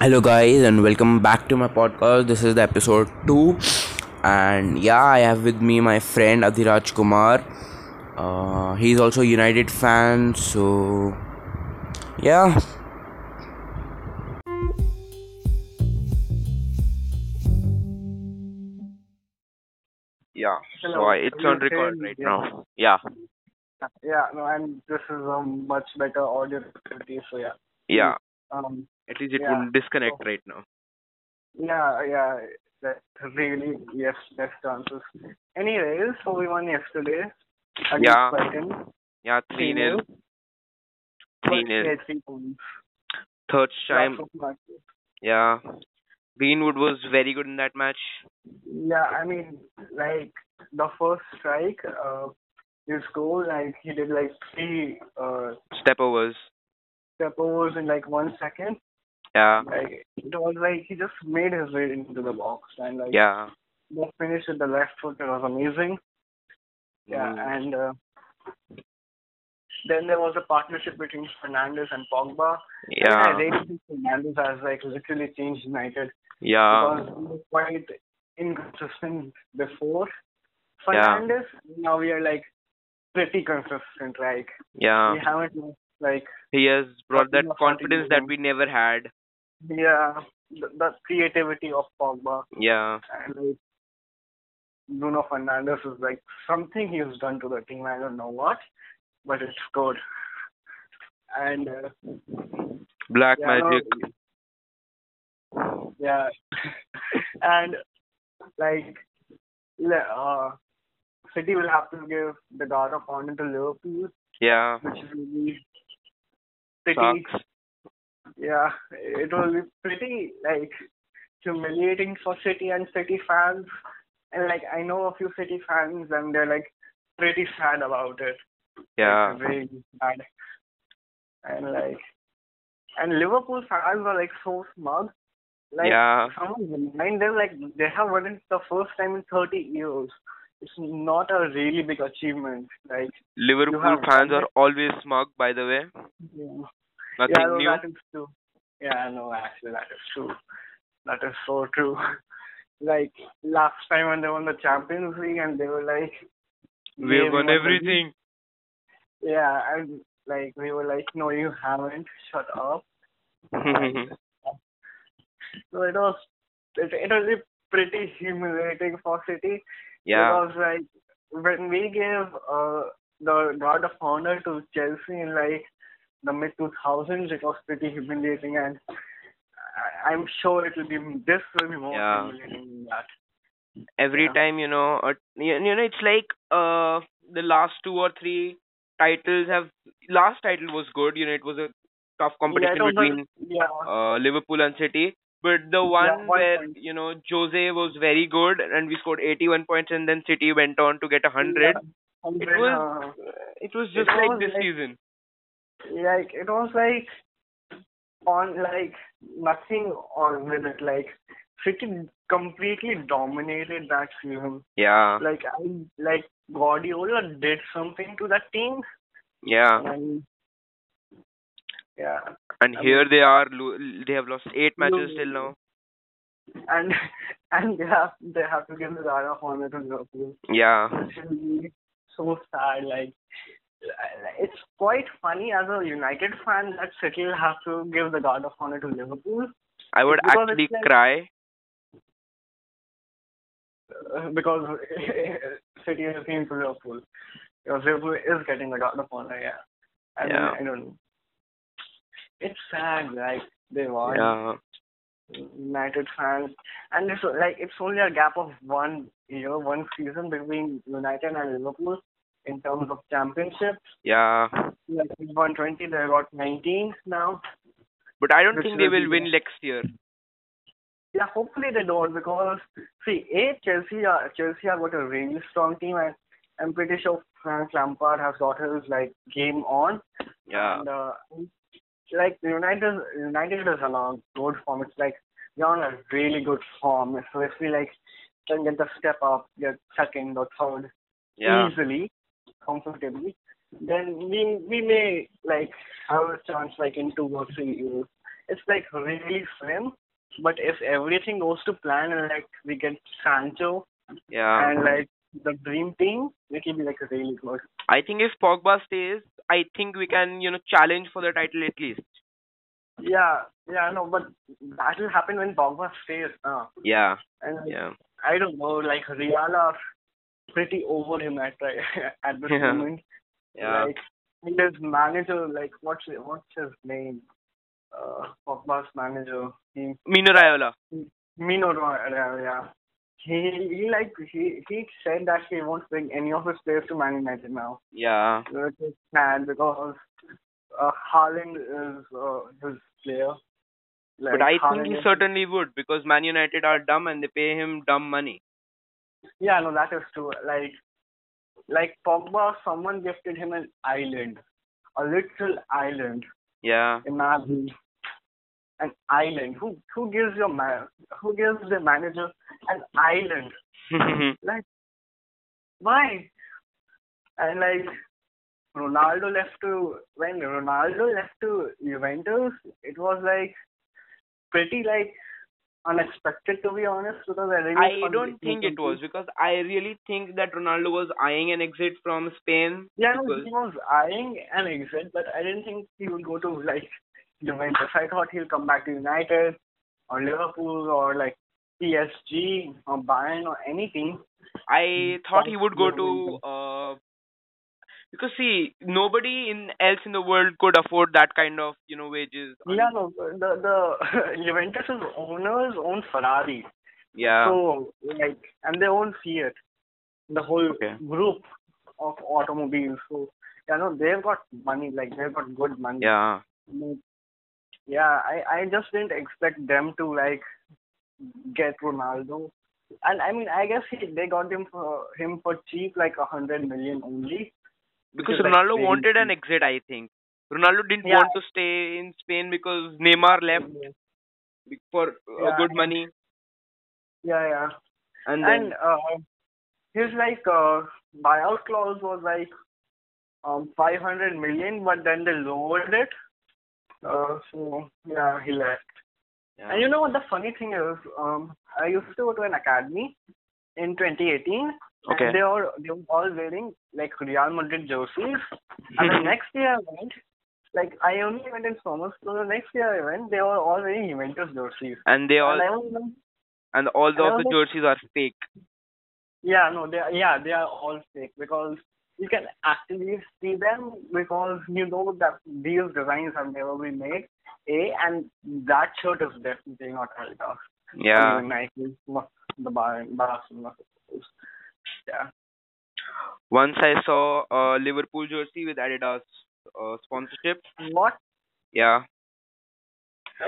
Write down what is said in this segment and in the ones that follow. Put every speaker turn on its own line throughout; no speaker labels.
hello guys and welcome back to my podcast this is the episode 2 and yeah i have with me my friend adhiraj kumar uh, he's also a united fan so yeah yeah so
Hello,
I, it's
we
on
are
record
saying-
right
yeah.
now yeah
Yeah, no, and this is a much better audio quality, so yeah.
yeah
Um,
at least it
Yeah.
won't disconnect right now
yeah, yeah, that really, yes, best answers. Anyways, so we won yesterday. Against
Yeah.
Brighton.
yeah 3 nil 3
First, we
nil
had three points.
third time
Lots of matches.
yeah greenwood was very good in that match
Yeah, I mean, like, the first strike, uh, his goal, like, he did like three uh,
step overs
step overs in like one second.
yeah
Like, it was like he just made his way into the box and like.
yeah
the finish with the left foot it was amazing. Yeah,
Mm.
and uh, then there was a partnership between Fernandez and Pogba. I
yeah
really think Fernandez has like literally changed United
yeah
because he was quite inconsistent before.
Yeah.
Fernandez now we are like pretty consistent. Like
yeah
we haven't lost, like
he has brought that
Nothing of
confidence that we never had
yeah the, the creativity of Pogba
yeah
and like Bruno Fernandez is like something he's done to the team. I don't know what, but it's good. And uh,
black
yeah, no,
magic
yeah, and like le- uh, City will have to give the guard of honor to Liverpool,
yeah
which is really pretty.
sucks
Yeah, it will be pretty like humiliating for City and City fans. And like I know a few City fans and they're like pretty sad about it.
yeah
Like, really sad. And like and Liverpool fans are like so smug. Like
yeah
someone remind them like they have won it the first time in thirty years. It's not a really big achievement. Like
liverpool
have
fans
done
are always smug by the way
yeah. yeah,
nothing
no,
new
that is true. Yeah, no, actually, that is true. That is so true. like last time when they won the Champions League, and they were like,
we
"Yeah,
have won
the
everything
league." Yeah, and like we were like, "No, you haven't. Shut up." So it was, it, it was pretty humiliating for City.
yeah
Because like when we gave uh, the God of Honor to Chelsea in like the mid 2000s, it was pretty humiliating, and I- I'm sure it will be this will be more
Yeah.
humiliating than that.
every
yeah.
time you know uh, you you know it's like uh the last two or three titles have last title was good you know it was a tough competition
yeah, it was
between
a- yeah,
uh, Liverpool and City. But the one
one
where
point.
you know Jose was very good and we scored 81 points, and then City went on to get a hundred.
yeah, 100,
It was
uh,
it was just
it
like
was
this
like-
season.
like it was like on like nothing on with it. Like freaking completely dominated that season.
Yeah,
Like I like Guardiola did something to that team.
yeah.
And yeah,
And
I
here they are. Lo- they have lost eight matches
Losing.
till now.
and and they have they have to give the guard of honor to Liverpool.
Yeah,
Which will be so sad. Like it's quite funny as a United fan that City will have to give the guard of honor to Liverpool
I would
Because it's
actually
like-
cry.
uh, because City is team to Liverpool. Because Liverpool is getting the guard of honor. Yeah, I
Yeah.
mean, I don't know. It's sad. Like they won.
Yeah,
United fans, and it's like it's only a gap of one year, one season between United and Liverpool in terms of championships.
yeah.
Like we won 20, they got 19 now.
But I don't
Which
think they
will
will
be
win
the-
next year.
Yeah, hopefully they don't because see, a Chelsea are Chelsea are got a really strong team, and I'm pretty sure Frank Lampard has got his like game on.
Yeah,
And, uh, like United, United is on a good form. It's like they're on a really good form. So if we like can get the step up, get second or third
yeah,
easily, comfortably, then we we may like have a chance like in two or three years. it's like really slim. But if everything goes to plan and like we get Sancho
Uh-huh.
Yeah.
and like the dream team, it will be like really good.
I think if Pogba stays, I think we can, you know, challenge for the title at least.
Yeah, yeah, no, but that will happen when Pogba stays. Uh,
Yeah.
and like,
Yeah.
I don't know, like Real are pretty over him at at this
Yeah.
moment.
Yeah.
Like and his manager, like what's what's his name? Uh, Pogba's manager, he
Mino Raiola.
Mino Raiola. Yeah. He he like he he said that he won't bring any of his players to Man United now.
Yeah.
Which is sad because uh, Haaland is uh, his player.
But
Like,
I think
Haaland
he
is-
certainly would because Man United are dumb and they pay him dumb money.
Yeah, no, that is true. Like, like Pogba, someone gifted him an island, a literal island.
Yeah.
Imagine an island. Who who gives your man? Who gives the manager an island? Why? And like Ronaldo left to when Ronaldo left to Juventus, it was like pretty like unexpected to be honest because I really
I
thought
don't think it was because I really think that Ronaldo was eyeing an exit from Spain.
Yeah, no,
because-
he was eyeing an exit, but I didn't think he would go to like Juventus. I thought he'll come back to United or Liverpool or like PSG or Bayern or anything. Hmm,
I thought he would go to
Juventus.
uh because see nobody in else in the world could afford that kind of you know wages. I mean,
Yeah, no, the the Juventus' owners own Ferrari,
yeah.
so like, and they own Fiat, the whole
Okay.
group of automobiles. So yeah, no, they've got money. Like they've got good money.
yeah.
Mm. yeah i i just didn't expect them to like get ronaldo and i mean i guess he, they got him for him for cheap like a hundred million only
Because
is, like,
Ronaldo
very
wanted an
cheap.
exit, I think. Ronaldo didn't
Yeah.
want to stay in Spain because Neymar left be- for uh,
Yeah.
good money,
yeah yeah
and
and,
then
uh his like uh buyout clause was like um five hundred million but then they lowered it uh so yeah he left
yeah.
And you know what the funny thing is? Um, I used to go to an academy in 2018.
Okay.
And they were they were all wearing like Real Madrid jerseys. and
Mm-hmm.
the next year I went, like I only went in summer, so the next year I went, they were all wearing Juventus jerseys.
and they all
and I was like,
and all the,
I
of the
was-
jerseys are fake.
yeah, no, they are, yeah they are all fake because you can actually see them because you know that these designs have never been made. A and that shirt is definitely not Adidas.
Yeah.
and Nike, the bar, Barcelona. Yeah.
Once I saw a Liverpool jersey with Adidas uh, sponsorship.
What?
Yeah.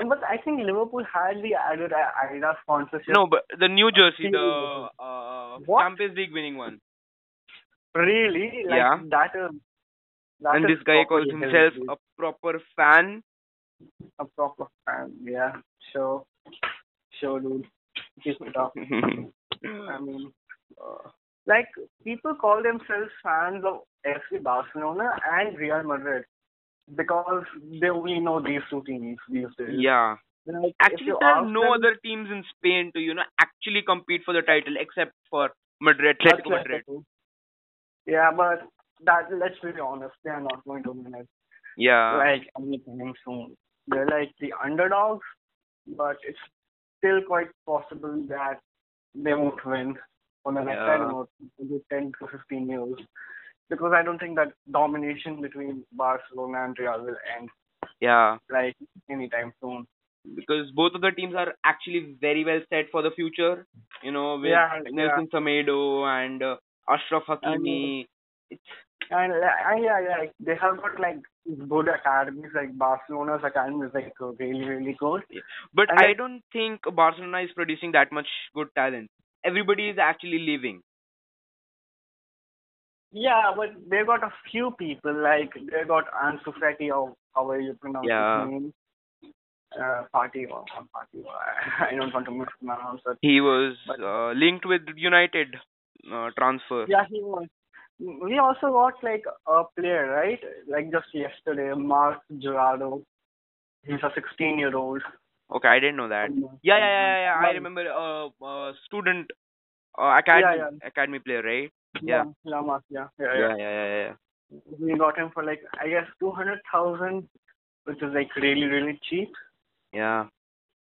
But I think Liverpool had the Adidas, Adidas sponsorship.
No, but the new jersey, the
Steel.
uh,
What?
Champions League winning one.
Really? Like,
Yeah.
That is. that
and
is
this guy calls
properly
himself
healthy.
a proper fan.
a, proper fan. Yeah. Sure. Sure, dude. Keep it up. I mean, uh, like people call themselves fans of FC Barcelona and Real Madrid because they only know these two teams these days.
yeah.
Like, if
Actually,
you
there are
ask
no
them-
other teams in Spain to, you know, actually compete for the title except for Madrid, Atletico Madrid.
Atletico. Yeah, but that let's be honest, they are not going to win it
Yeah.
like anytime soon. They're like the underdogs, but it's still quite possible that they won't win for the next I
Yeah.
don't know, maybe ten to fifteen years. Because I don't think that domination between Barcelona and Real will end
Yeah.
like anytime soon.
Because both of the teams are actually very well set for the future. You know, with
Yeah,
Nelson Samedo and uh, Ashraf Hakimi.
And uh, yeah, yeah, like, they have got like good academies, like Barcelona's academy is like really, really good.
But
And
I
like-
don't think Barcelona is producing that much good talent. Everybody is actually leaving.
Yeah, but they got a few people like they got Ansu Fati or however you pronounce
Yeah.
his name. Uh, party or not party. I don't want to mispronounce it.
He was
But-
uh, linked with United uh, transfer.
Yeah, he was. We also got like a player, right? Like just yesterday, Mark Gerardo. He's a 16 year old.
Okay, I didn't know that. Yeah, yeah, yeah, yeah. yeah. I remember a uh, uh, student uh, academy
Yeah,
academy player, right?
Yeah, Lama, yeah, yeah, yeah.
yeah, yeah, yeah.
We got him for like I guess 200,000, which is like really really cheap.
Yeah,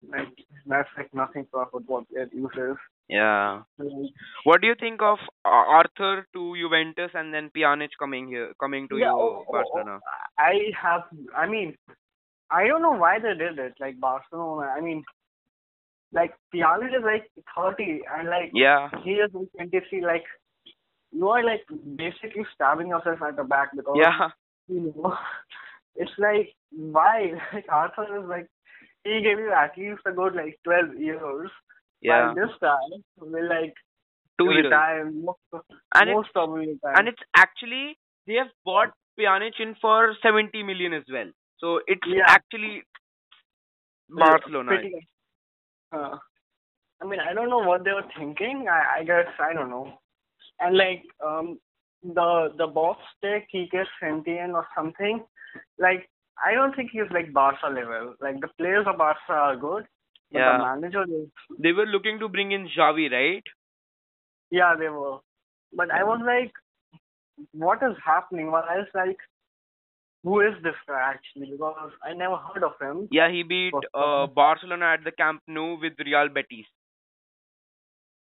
Like that's like nothing for a football player uses.
yeah.
Like,
What do you think of uh, Arthur to Juventus and then Pjanic coming here, coming to
Yeah,
you,
oh, oh,
Barcelona?
I have. I mean, I don't know why they did it. Like Barcelona. I mean, like Pjanic is like 30, and like
Yeah,
he is in 23. Like you are like basically stabbing yourself at the back because
yeah,
you know it's like why? Like Arthur is like he gave you at least a good like 12 years.
yeah.
While this guy will like
Two years.
retire most,
And it-
most probably retire.
and it's actually they have bought Pjanic in for 70 million as well. So it's
Yeah.
actually Barcelona.
Pretty much. Uh, I mean, I don't know what they were thinking. I, I guess I don't know. And like um, the the boss take Kike Sentien or something. Like I don't think he's like Barca level. Like the players of Barca are good, but
Yeah.
the manager is
They were looking to bring in Xavi, right?
yeah they were. But I was like, what is happening? Well, I was like, who is this guy actually? Because I never heard of him.
Yeah, he beat uh,
Barcelona.
Barcelona at the Camp Nou with Real Betis.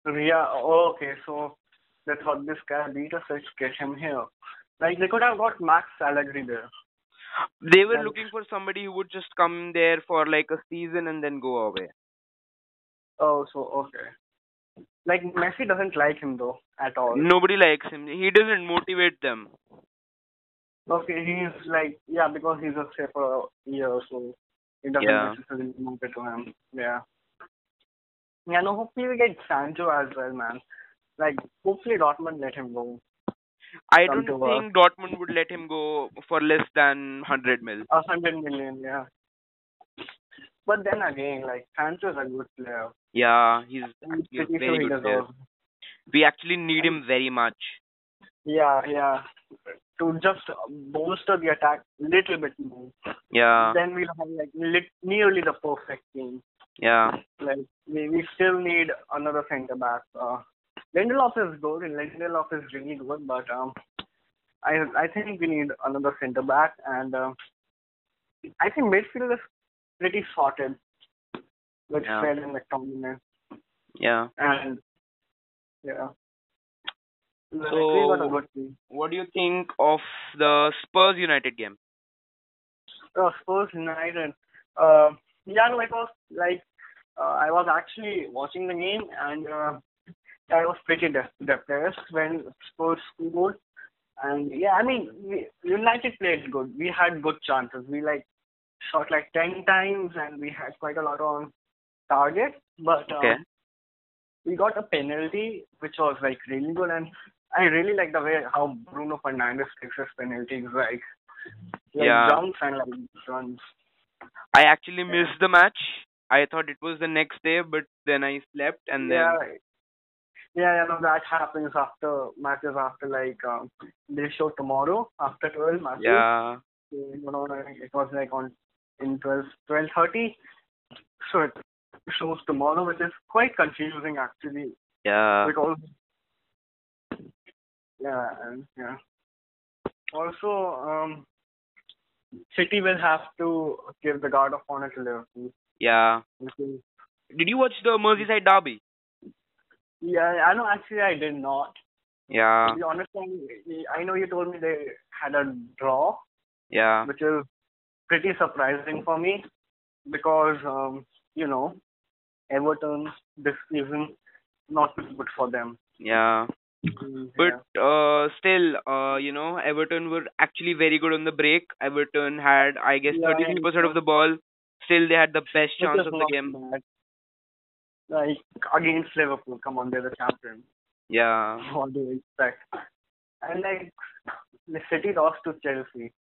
Yeah, oh, okay, so they thought this guy beat us, let's get him here. Like, they could have got Max Allegri there.
They were
Yeah.
looking for somebody who would just come there for like a season and then go away.
Oh, so, okay. Like, Messi doesn't like him, though, at all.
Nobody likes him. He doesn't motivate them.
Okay, he's like, yeah, because he's a safe for a year, so it doesn't
Yeah.
necessarily matter to him. Yeah. Yeah, no, hopefully we get Sancho as well, man. Like, hopefully Dortmund let him go.
I
Come
don't
to us.
think Dortmund would let him go for less than 100 mil.
A hundred million, yeah. But then again, like, Sancho is a good player.
Yeah, he's
I'm
He was
pretty
very
sure he
good
deserves.
we actually need him very much.
Yeah, yeah. To just bolster the attack little bit more.
Yeah.
Then we'll have like lit- nearly the perfect team.
Yeah.
Like we, we still need another centre back. Uh, Lindelof is good. Lindelof is really good, but um, I I think we need another centre back, and um I think midfield is pretty sorted with
Yeah.
Fred and McTominay,
Yeah.
and yeah. Like, we got
So-
a good team.
What do you think of the Spurs United game?
uh, Spurs United. Uh, yeah, no, it was like uh, I was actually watching the game and uh, I was pretty de- depressed when Spurs scored. And yeah, I mean, we, United played good. We had good chances. We like shot like ten times and we had quite a lot on target. But uh,
Okay.
we got a penalty which was like really good and I really like the way how Bruno Fernandez takes his penalties like like
Yeah.
jumps and like runs.
I actually missed the match. I thought it was the next day, but then I slept and then
yeah, yeah, yeah, no, that happens after matches after like um, they show tomorrow after twelve matches.
yeah,
So, you know, like, it was like on in twelve twelve thirty, so it shows tomorrow, which is quite confusing actually
yeah,
because yeah and yeah also um city will have to give the guard of honor to liverpool
yeah.
which is,
Did you watch the Merseyside derby?
yeah i know actually i did not
Yeah,
to be honest i know you told me they had a draw
yeah,
which is pretty surprising for me because um you know everton this season not good for them
yeah.
Yeah.
But uh, still, uh, you know, Everton were actually very good on the break. Everton had, I guess,
Yeah,
thirty-three percent of the ball. Still, they had the best
Which
chance
is
of the
not
game.
bad. Like against Liverpool, come on, they're the champion.
Yeah,
What do you expect? And like the City lost to Chelsea,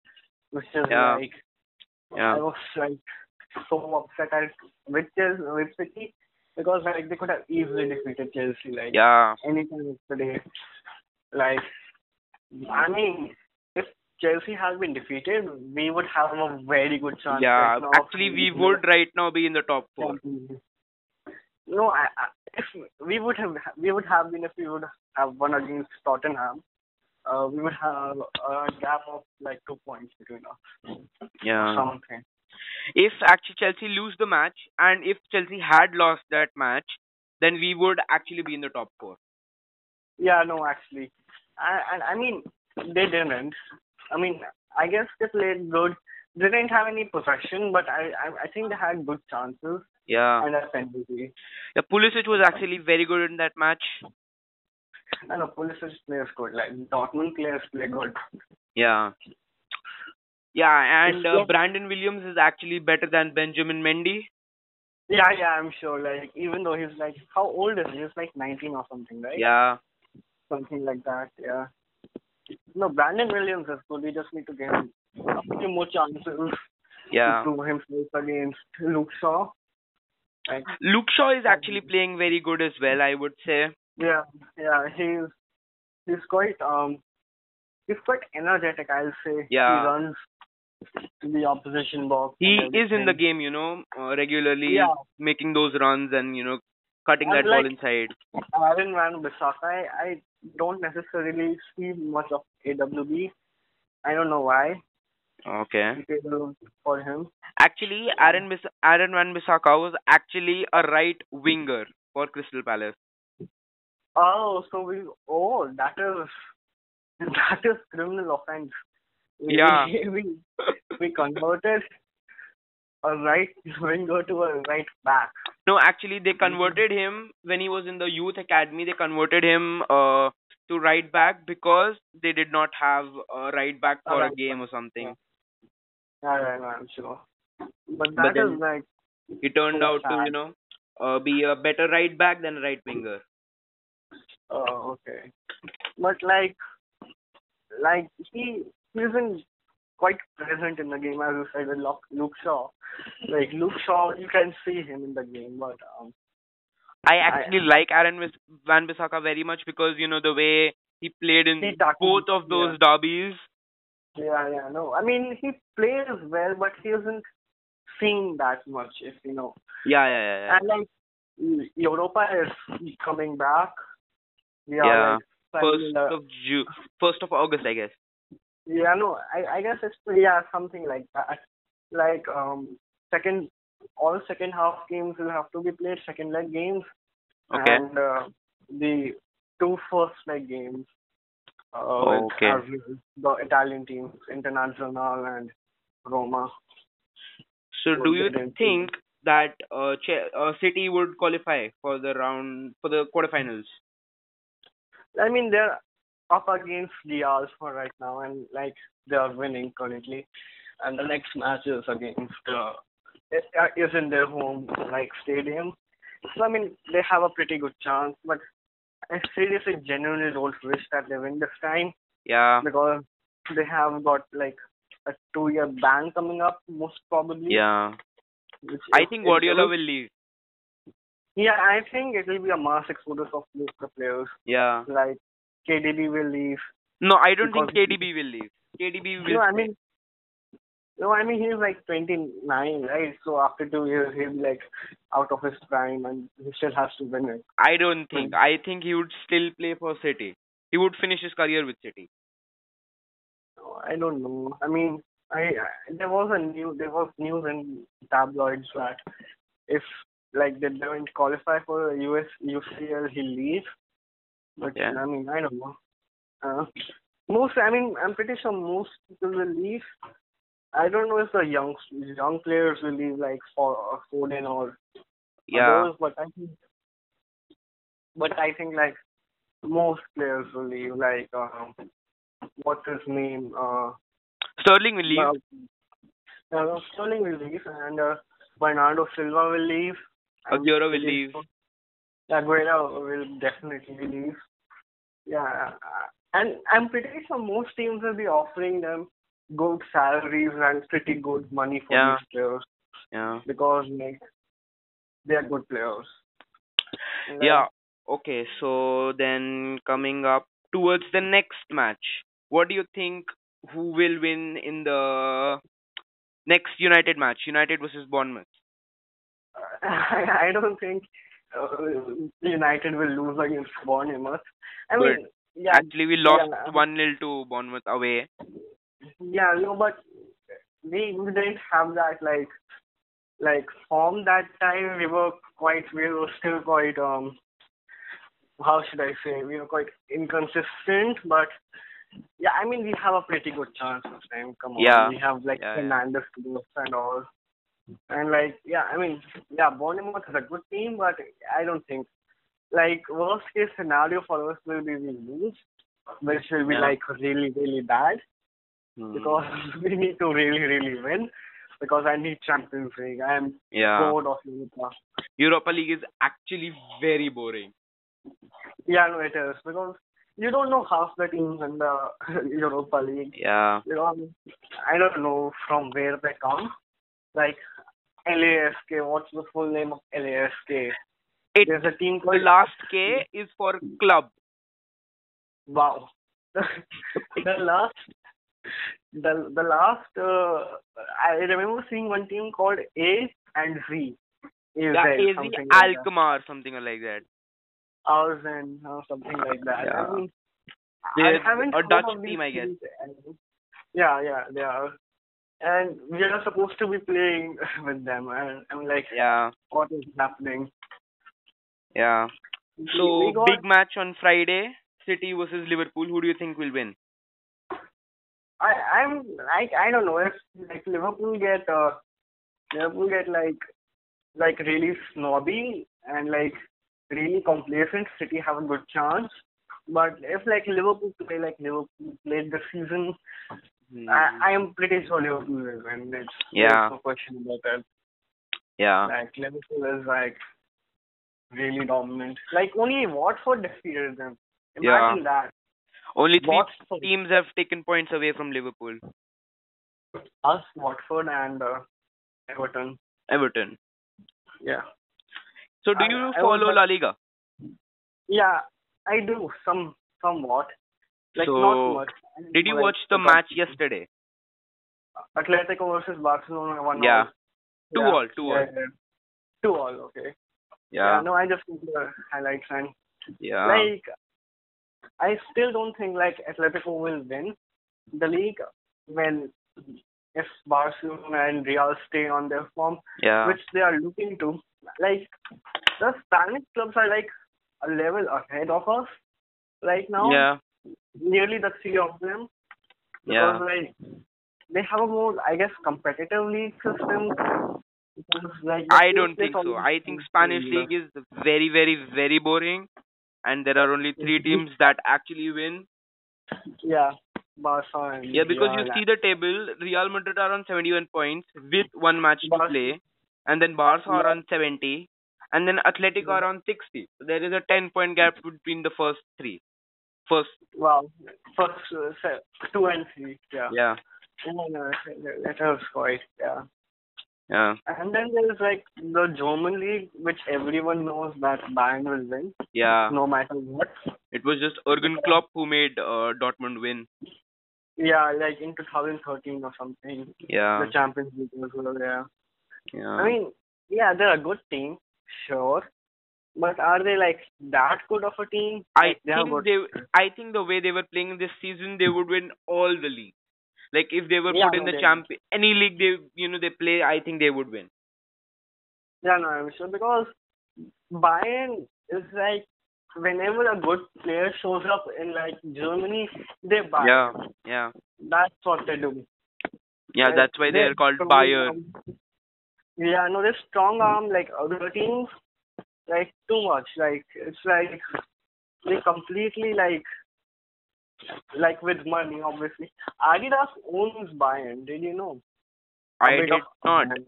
which is
Yeah.
like I
yeah,
was like so upset at with Chelsea, with City because like they could have easily defeated Chelsea like
yeah,
anytime of the day. Like I mean, if Chelsea had been defeated, we would have a very good chance.
yeah,
right now of
actually, we
beating
would right now be in the top four.
Champions League. No, I, I, if we would have we would have been if we would have won against Tottenham, uh, we would have a gap of like two points between us.
Ah.
Yeah.
Something.
If actually Chelsea lose the match, and if Chelsea had lost that match, then we would actually be in the top four.
Yeah, no, actually, I, I I mean they didn't. I mean, I guess they played good. They didn't have any possession, but I I, I think they had good chances
Yeah.
and a penalty.
Yeah, Pulisic was actually very good in that match.
And the Pulisic players good, like Dortmund players play good.
Yeah. Yeah, and uh,
Yeah.
Brandon Williams is actually better than Benjamin Mendy.
Yeah, yeah, I'm sure. Like, even though he's like, how old is he? He's like 19 or something, right?
Yeah.
Something like that, yeah. No, Brandon Williams is good. We just need to give him a few more chances
Yeah.
to prove himself against Luke Shaw. Like,
Luke Shaw is actually playing very good as well, I would say.
yeah, yeah, he's he's quite um he's quite energetic. I'll say.
Yeah.
He runs to the opposition box.
He
and
is in the
everything.
game, you know, uh, regularly
Yeah.
making those runs and, you know, cutting that ball
Unlike-
inside.
Aaron Van Bissaka, I, I don't necessarily see much of AWB. I don't know why
Okay.
it is for him.
Actually, Aaron, Bis- Aaron Van Bissaka was actually a right winger for Crystal Palace.
Oh, so we oh that is that is criminal offense. We-
Yeah.
we we converted a right winger to a right back.
No, actually, they converted him when he was in the youth academy. They converted him uh, to right back because they did not have a right back
A
for a
right
game or something.
Yeah, yeah, yeah, I'm sure. But
But
that is
then-
like
He turned out to, you
Sad.
know, uh, be a better right back than a right winger.
oh okay. But like like he he isn't quite present in the game as you said with Luke, Luke Shaw. Like Luke Shaw, you can see him in the game, but um
I actually like Aaron Vis- Van Bissaka very much because you know the way he played in
He tackled,
Hmm, both of those derbies.
Yeah, yeah, no. I mean, he plays well, but he isn't seen that much, if you know.
Yeah, yeah, yeah. yeah.
And like Eu- Europa is coming back. We are,
Yeah.
like,
First
familiar-
of Ju- first of August, I guess.
yeah, no. I I guess it's yeah something like that. Like um second all second half games will have to be played second leg games
Okay.
and uh, the two first leg games. Uh, with
Okay.
Lazio, the Italian teams, Internazionale and Roma.
So, do
would
you
guarantee-
think that uh, Che- uh, City would qualify for the round for the quarterfinals?
I mean, they're up against Real for right now, and like they are winning currently. And the next match is against uh, it, uh, is in their home like stadium. So I mean, they have a pretty good chance. But I seriously, genuinely don't wish that they win this time
Yeah,
because they have got like a two-year ban coming up, most probably.
yeah.
Which
I
if-
think
if
Guardiola
they-
will leave.
Yeah, I think it will be a mass exodus of the players.
Yeah.
Like KDB will leave.
No, I don't think
Because-
KDB will leave. KDB will.
No, I mean, no, I mean he's like 29, right? So after two years, he'll be like out of his prime, and he still has to win it.
I don't think. I think he would still play for City. He would finish his career with City.
So I don't know. I mean, I, I there was a new there was news in tabloids that if like they don't qualify for the US UCL, he'll leave. But
Yeah.
I mean, I don't know. Uh, most, I mean, I'm pretty sure most people will leave. I don't know if the young young players will leave, like for Foden or
Yeah.
others, but I think, but I think like most players will leave. Like um, what's his name? Uh,
Sterling will leave.
Bar- uh, Sterling will leave, and uh, Bernardo Silva will leave. and
Aguero will leave.
Aguero will definitely leave. Yeah, uh, and I'm pretty sure most teams will be offering them good salaries and pretty good money for
Yeah.
these players
Yeah.
because like they are good players. And,
Yeah. Okay. So then coming up towards the next match, what do you think who will win in the next United match, United versus Bournemouth.
I, I don't think uh, United will lose against Bournemouth. I
Good.
mean, yeah,
Actually, we lost
Yeah.
one 0 to Bournemouth away.
yeah, no, but we we didn't have that like like form that time. We were quite, we were still quite um, how should I say? We were quite inconsistent, but yeah, I mean, we have a pretty good chance of them. Come on,
Yeah.
we have like
Yeah, yeah.
Fernandes to do and all, and like yeah, I mean, yeah, Bournemouth is a good team, but I don't think like worst case scenario for us will be we lose, which will be
Yeah.
like really really bad
Hmm,
because we need to really, really win. Because I need Champions League. I am
Yeah,
bored of Europa.
Europa League is actually very boring.
Yeah, no, it is because you don't know half the teams in the Europa League.
Yeah,
You know, I don't know from where they come. Like LASK. What's the full name of LASK?
It-
There's a team
the
called
last K is for club.
Wow. the last, the the last. Uh, I remember seeing one team called A and Z. AZ,
Yeah, AZ
something like that.
Alkmaar, something like that.
hours and uh, something like that.
Yeah.
I mean,
They're
I haven't
a
heard
Dutch
of these
team, I guess.
teams. Yeah, yeah, they are. And we are supposed to be playing with them, and I'm like,
Yeah,
what is happening?
yeah. So
we got,
big match on Friday, City versus Liverpool. Who do you think will win?
I, I'm, I, I don't know if like Liverpool get, uh, Liverpool get like, like really snobby and like really complacent. City have a good chance. But if like Liverpool play like Liverpool played this season, Hmm. I, I am pretty sure Liverpool will win. It's,
Yeah.
There's no question about that.
yeah,
Like Liverpool is like really dominant. Like only Watford defeated them. Imagine that.
only three
Watford,
teams have taken points away from Liverpool.
us, Watford, and uh, Everton.
Everton.
Yeah.
So do
I-
you
I would
follow
like-
La Liga?
Yeah, I do some somewhat. Like
So,
not much. I mean,
Did you
like,
watch the
because
match yesterday?
Atletico versus Barcelona one
Yeah.
all.
Two
yeah.
all, two all.
yeah, yeah. Two all. Okay. No, I just took the highlights and
yeah.
like I still don't think like Atletico will win the league when if Barcelona and Real stay on their form,
yeah.
which they are looking to. Like the Spanish clubs are like a level ahead of us right now.
yeah,
Nearly the three of them.
yeah,
Because, like they have a more I guess competitive league system. Because, like,
I
they
don't
play
think so.
some-
I think Spanish league is very, very, very boring, and there are only three teams that actually win.
Yeah. Barca and
Yeah, because you
Real
see the table, Real Madrid are on 71 points with one match to
Bar-
play, and then Barca are
Yeah.
on 70, and then Athletic are on 60. So there is a 10 point gap between the first three. First,
Wow, first uh, se- two and three, yeah.
yeah,
No, no, that was quite, yeah.
yeah,
And then there's like the German league, which everyone knows that Bayern will win,
yeah.
no matter what.
It was just Jurgen Klopp who made uh, Dortmund win.
Yeah, like in 2013 or something,
Yeah,
the Champions League was well, yeah.
yeah.
I mean, yeah, they're a good team, sure, but are they like that good of a team?
I
Like, they are
think
good.
they. I think the way they were playing this season, they would win all the leagues. Like if they were
Yeah,
put in
no,
the
they-
champ, any league they you know they play, I think they would win.
Yeah, no, I'm sure because Bayern is like whenever a good player shows up in like Germany, they buy.
Yeah, yeah,
That's what they do.
yeah.
Like,
That's why they are called Bayern.
strong-arm- Yeah, no, they strong arm like other teams, like too much. Like it's like they completely like like with money, obviously. Adidas owns Bayern. Did you know? A
I
bit
did
of
not.
Bayern.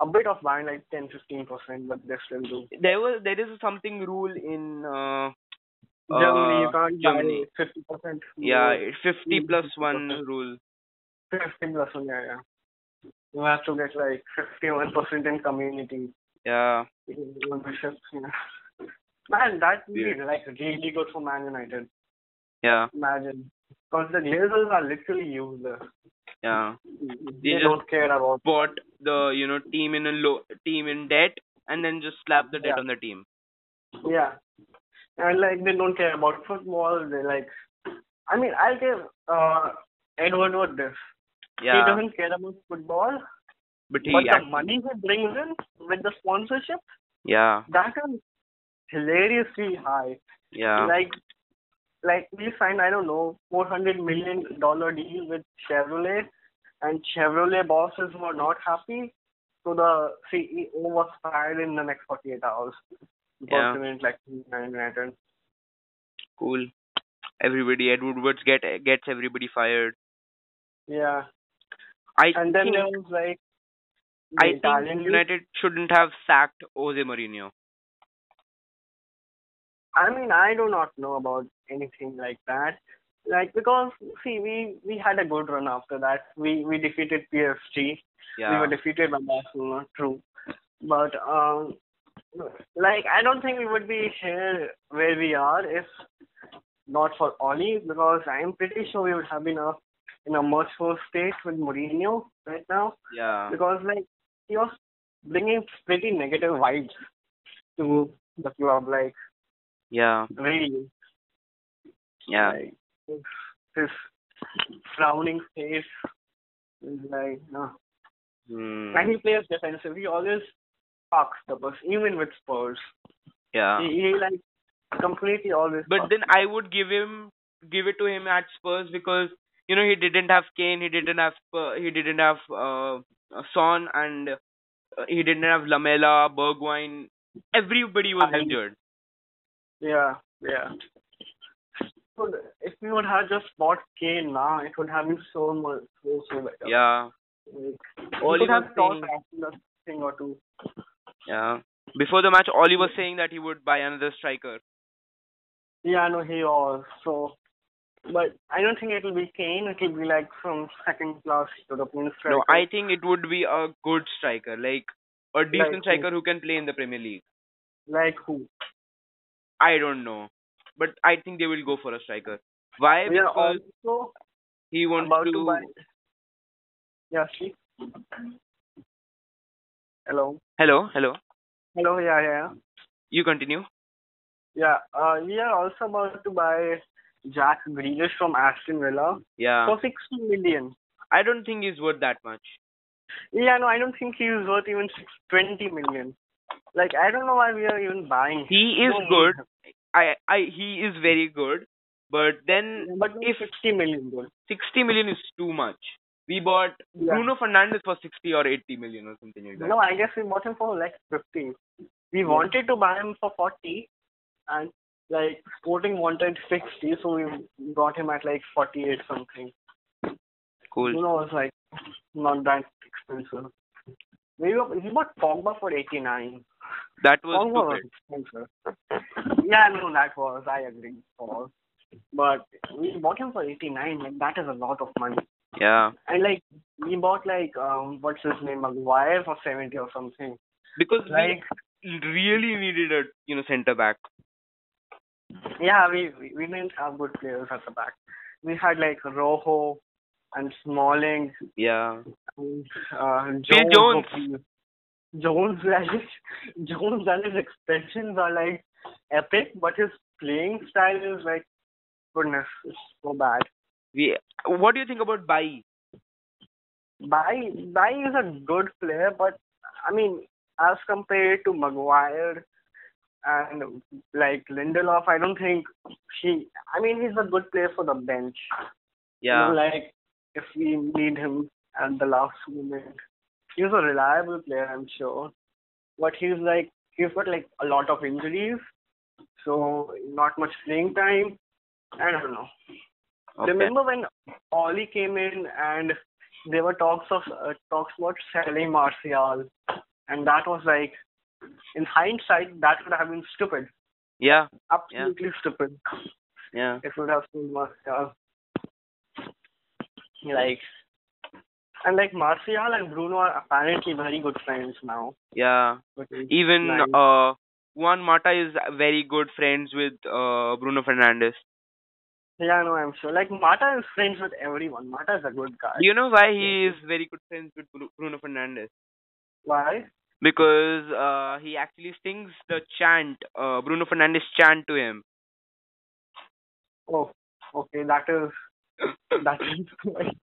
A bit of Bayern, like 10 15 percent, but they still do.
There was there is something rule in uh,
Germany, you
uh,
can't
Germany.
buy fifty percent.
yeah fifty
Mm,
plus
50%.
one rule.
fifty plus one. Yeah, yeah. You have to get like fifty-one percent in community
Yeah,
membership. Yeah. Man, that would be
Weird.
like really good for Man United.
yeah,
Imagine Because the Glazers are literally useless.
Yeah.
They,
just-
don't care about.
Bought the you know team in a low team in debt and then just slap the debt
Yeah.
on the team.
Yeah. And like they don't care about football. They like. I mean, I'll give uh, Edward Wood this.
Yeah.
He doesn't care about football,
but he
but the
act-
money he brings in with the sponsorship,
yeah
that is hilariously high.
yeah
Like, like we signed, I don't know, four hundred million dollar deal with Chevrolet, and Chevrolet bosses were not happy, so the CEO was fired in the next forty-eight hours.
Yeah.
Because he didn't like Man United.
cool. Everybody Edward Woods get gets everybody fired.
Yeah,
I
and then
think,
there was like the
I think
Italian league.
United shouldn't have sacked Jose Mourinho.
I mean, I do not know about anything like that. Like because see, we we had a good run after that. We we defeated PSG. We
Yeah.
were defeated by Barcelona, true. But um, like I don't think we would be here where we are if not for Oli, because I'm pretty sure we would have been up in a much worse state with Mourinho right now,
yeah.
because like he was bringing pretty negative vibes to the club, like
Yeah.
really.
Yeah.
Like, his frowning face is like, no.
Hmm.
And he plays defensive. He always fucks the bus, even with Spurs.
Yeah.
He, he like completely always.
Ah. But
fucks.
then I would give him give it to him at Spurs because you know he didn't have Kane, he didn't have Sp- he didn't have uh, Son, and uh, he didn't have Lamela, Bergwijn. Everybody was
I-
injured.
yeah, yeah. So the- if we would have just bought Kane now, it would have been so much so so better.
Yeah,
Like,
All he
he could have
was
taught
saying-
Arsenal a thing or two.
yeah. Before the match, Oli was saying that he would buy another striker.
Yeah, no, he was. So, but I don't think it'll be Kane. It'll be like some second class European striker.
No, I think it would be a good striker, like a decent
Like who?
striker who can play in the Premier League.
like who?
I don't know, but I think they will go for a striker. Why?
We are
Because
also
he wants
um, about to, buy. Yeah, see. Hello.
Hello, hello.
Hello. Yeah, yeah,
You continue.
yeah. Uh, we are also about to buy Jack Grealish from Aston Villa
Yeah.
for sixty million.
I don't think he's worth that much.
Yeah, no, I don't think he is worth even six, twenty million. Like, I don't know why we are even buying. him.
He is
No need
good.
him.
I, I, he is very good, but then
But if
if
60 million goal.
60 million is too much. We bought
Yeah.
Bruno Fernandez for 60 or 80 million or something like that.
No, I guess we bought him for like 50. We wanted to buy him for 40, and like Sporting wanted 60, so we got him at like 48 something.
cool.
You know, was like not that expensive. We were, we bought Pogba for 89.
That was
Pogba was
stupid.
expensive. yeah, no, that was. I agree. Paul. But we bought him for 89. Like that is a lot of money.
Yeah.
And like we bought like um what's his name Maguire for seventy or something.
Because
Like
we really needed a you know center back.
yeah, we we- we didn't have good players at the back. We had like Rojo and Smalling
Yeah.
and uh, Jones.
Phil Jones.
hopefully. Jones and his, Jones and his extensions are like epic, but his playing style is like goodness, it's so bad.
We. What do you think about Bai?
Bai Bai is a good player, but I mean, as compared to Maguire and like Lindelof, I don't think he. I mean, he's a good player for the bench. You
Yeah.
know, Like if we need him at the last moment, he's a reliable player, I'm sure. But he's like he's got like a lot of injuries, so not much playing time. I don't know.
Okay.
Remember when Oli came in and there were talks of uh, talks about selling Martial, and that was like, in hindsight, that would have been stupid,
Yeah.
absolutely stupid.
Yeah.
It would have sold Martial. Like, and like Martial and Bruno are apparently very good friends now.
Yeah.
which is
Even
nice.
uh, Juan Mata is very good friends with uh, Bruno Fernandes.
Yeah, no, I'm sure. Like Mata is friends with everyone. Mata is a good guy.
Do you know why he is very good friends with Bru- Bruno Fernandez?
Why?
Because uh, he actually sings the chant, uh, Bruno Fernandez chant to him.
Oh, okay. That is that is quite,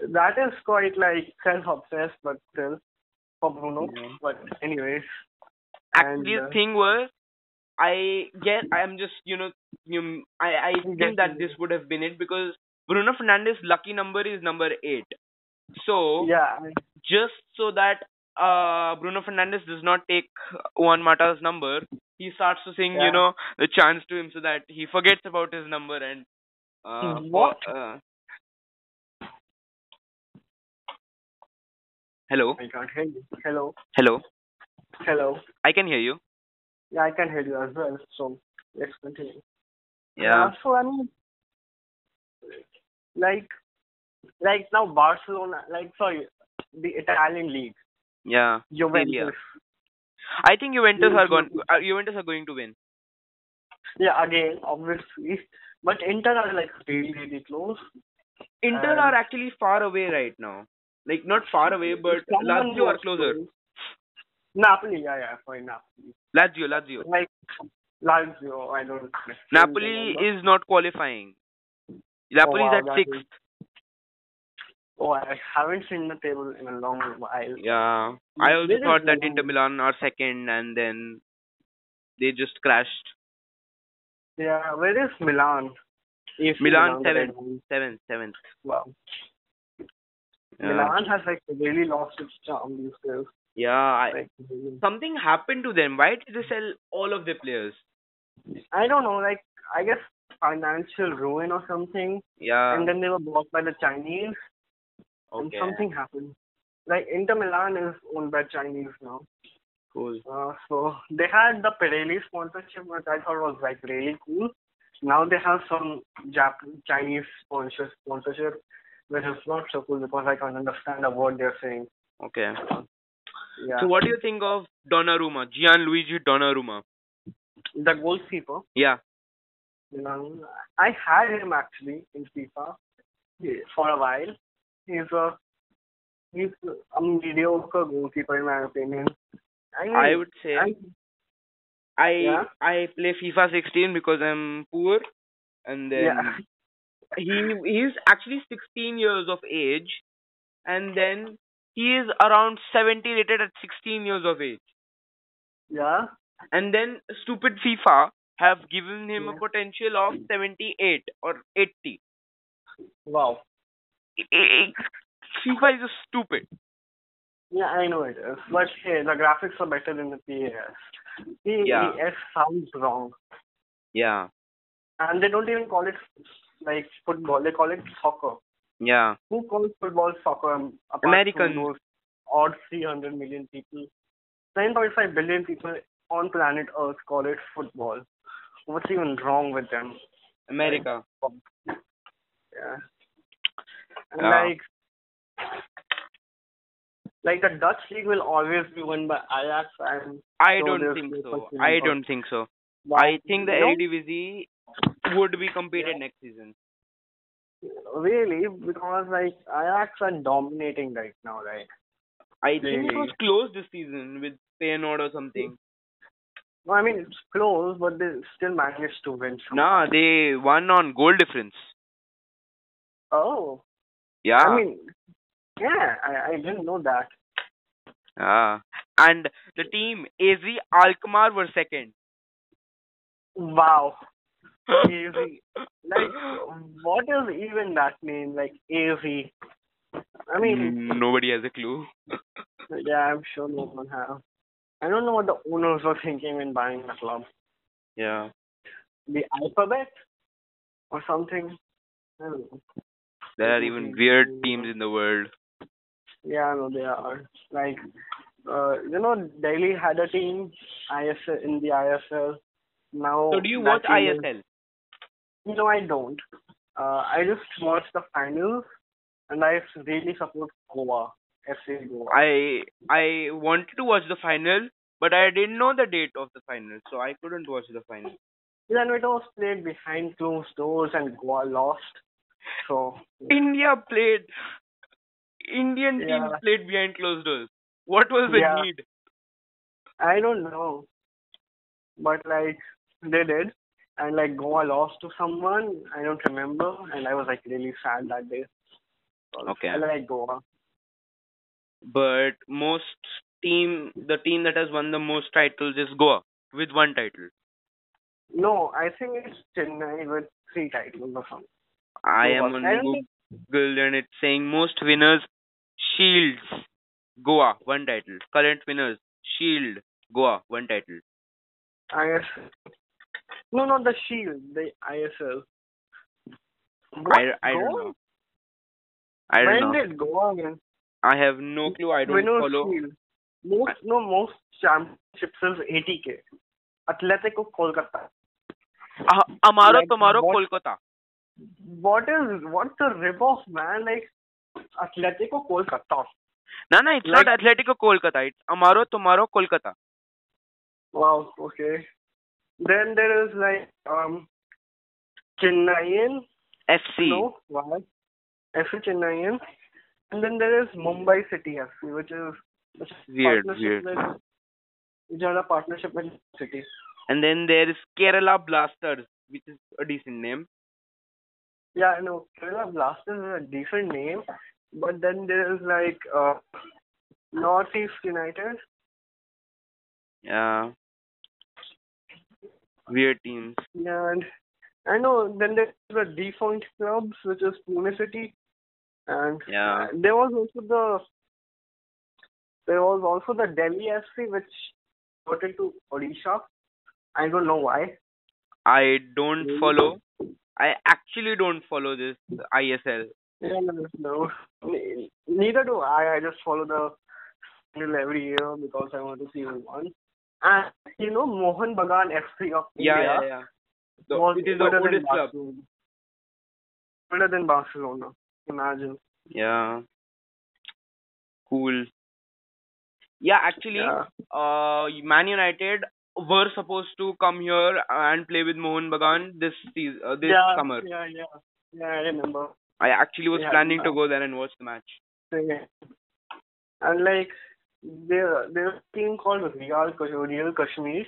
that is quite like self-obsessed, but still for Bruno.
Yeah.
But anyways,
Actually,
and,
the
uh,
thing was, I get, I'm just, you know, you, I, I think that this would have been it because Bruno Fernandez' lucky number is number eight. So
yeah, I-
just so that uh, Bruno Fernandez does not take Juan Mata's number, he starts to sing,
Yeah.
you know, the chants to him so that he forgets about his number and uh,
What?
for- uh, hello,
I can't hear you. Hello,
hello.
hello.
I can hear you.
Yeah, I can hear you as well. So let's continue.
Yeah.
So I mean, like, like now Barcelona, like sorry, the Italian league,
Yeah.
Juventus.
I think Juventus
Yeah,
are going. Uh, Juventus are going to win.
Yeah, again, obviously, but Inter are like really, really close.
Inter
Um,
are actually far away right now. Like not far away, but
Someone
Lazio are
was
closer.
close. Napoli, yeah, yeah, fine, Napoli.
Lazio, Lazio.
Like Lazio, I don't. necessarily
Napoli
remember.
is not qualifying. Napoli
Oh, wow,
is
that
at sixth.
Oh, I haven't seen the table in a long while.
Yeah. I also
There is
thought that Inter
no-
Milan are second and then they just crashed.
Yeah, where is Milan? AC
Milan
the
seventh.
Red Bulls.
Seventh, seventh.
Wow.
Yeah.
Milan has like really lost its charm these days.
Yeah. I,
Like, really.
something happened to them. Why did they sell all of their players?
I don't know, like I guess financial ruin or something.
Yeah.
and then they were bought by the Chinese.
Uh.
and
okay.
something happened. Like Inter Milan is owned by Chinese now.
Cool.
Uh, so they had the Pirelli sponsorship, which I thought was like really cool. Now they have some Jap- Chinese sponsor- sponsorship, which is not so cool because I can't understand a word they're saying.
Okay.
Yeah.
So what do you think of Donnarumma? Gianluigi Donnarumma.
the goalkeeper,
Yeah.
Milan, I had him actually in FIFA for a while. He's a he's a mediocre goalkeeper in my opinion. I, mean,
I would say
I-
I
Yeah.
I play FIFA 16 because I'm poor, and then
yeah.
he he's actually 16 years of age, and then he is around 70 rated at 16 years of age,
Yeah.
and then stupid FIFA have given him a
Yeah.
potential of 78 or 80.
Wow.
FIFA is just stupid.
Yeah, I know it is. But hey, the graphics are better than the PES. PES
Yeah.
sounds wrong.
Yeah,
And they don't even call it like football, they call it soccer.
yeah,
Who calls football soccer um, apart
Americans.
from those odd 300 million people? 9.5 billion people on planet Earth call it football. What's even wrong with them?
America.
Yeah. And
Yeah.
Like, like the Dutch league will always be won by Ajax and
I
So
don't
there's
think
no
so.
question
I
about-
don't think so. I think the
No?
Eredivisie would be competed
Yeah.
next season.
really because like Ajax are dominating right now, right?
I think it
They-
was close this season with Feyenoord or something.
No, I mean it's close, but they still managed to win. Some.
Nah, they won on goal difference.
Oh,
Yeah.
I mean, yeah, I, I didn't know that.
Ah. And the team AZ Alkmaar were second.
Wow, AZ. like what is even that name? Like AZ. I mean,
Mm, nobody has a clue. Hmm.
yeah, I'm sure no one has. I don't know what the owners were thinking when buying the club.
Yeah.
The alphabet or something. I don't know.
There are even weird
Mm.
teams in the world.
Yeah, no, they are. Like, uh, you know, Delhi had a team ISL in the ISL. Now,
So do you
that
watch
team is-
ISL?
No, I don't. Uh, I just watch the finals, and I really support Goa, FC Goa.
I I wanted to watch the final, but I didn't know the date of the final, so I couldn't watch the final.
Leonardo was played behind closed doors and Goa lost. So
India played. Indian teams
Yeah.
played behind closed doors. What was the
Yeah.
need?
I don't know. But like they did. And like Goa lost to someone, I don't remember. And I was like really sad that day.
Okay.
I like Goa.
But most team, the team that has won the most titles is Goa with one title.
No, I think it's Chennai with three titles or something.
I
Goa.
am on
I don't think-
Google and it's saying most winners Shields Goa one title. Current winners Shield Goa one title.
ISL. No, not the Shield, the ISL.
I, I don't
Goa?
know. I don't
when
know.
did Goa win?
I have no clue. I don't
Winners
follow.
Shield. Most no most championships is 80k. Atletico Kolkata.
Ah, Amaro
Like,
Tomaro
what-
Kolkata.
What is what's the ripoff, man? Like Atletico Kolkata.
No, no, it's not
Like-
Atletico Kolkata. It's Amaro Tomaro Kolkata.
Wow. Okay. Then there is like um Chennaiyan.
FC.
No. Why? FC Chennaiyan. And then there is Mumbai City FC, which is which is
Weird,
partnership
weird.
With, which has a partnership with City.
And then there is Kerala Blasters, which is a decent name.
Yeah, I know. Kerala Blasters is a decent name, but then there is like uh, Northeast United.
Yeah. Weird teams.
And I know then there's the defunct clubs, which is Pune City, and
Yeah.
there was also the there was also the Delhi FC, which got into Odisha. I don't know why.
I don't
Mm.
follow. I actually don't follow this ISL.
Yeah, no, no. Ne- Neither do I. I just follow the schedule every year because I want to see who won. And you know, Mohan Bagan FC of
Yeah,
India
yeah, yeah. The,
was
it is the
better than
oldest club.
Barcelona. Better than Barcelona. Imagine.
Yeah. Cool. Yeah, actually,
Yeah.
uh, Man United were supposed to come here and play with Mohan Bagan this season, uh, this
yeah,
summer.
yeah, yeah, yeah. I remember.
I actually was
Yeah,
planning to
yeah.
go there and watch the match.
Yeah. And like there there's a team called Real Kashmir, Real Kashmir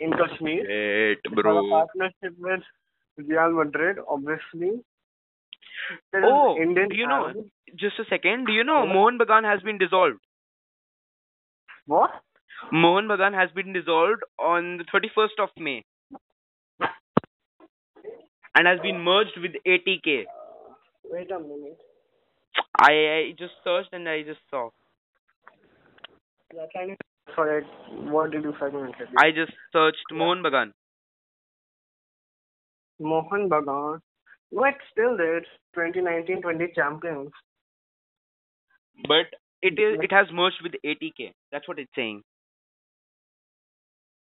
in Kashmir.
Great,
have a partnership with Real Madrid, obviously. There is
Oh,
Indian
do you know?
Arab-
Just a second. Do you know
Yeah.
Mohan Bagan has been dissolved?
What?
Mohan Bagan has been dissolved on the 31st of May and has been merged with ATK.
Wait a minute.
I, I just searched and I just saw.
Yeah, can you- Sorry, what did you segment?
I just searched Mohan Bagan.
Mohan Bagan. What still there? 2019-20 champions.
But it is it has merged with ATK. That's what it's saying.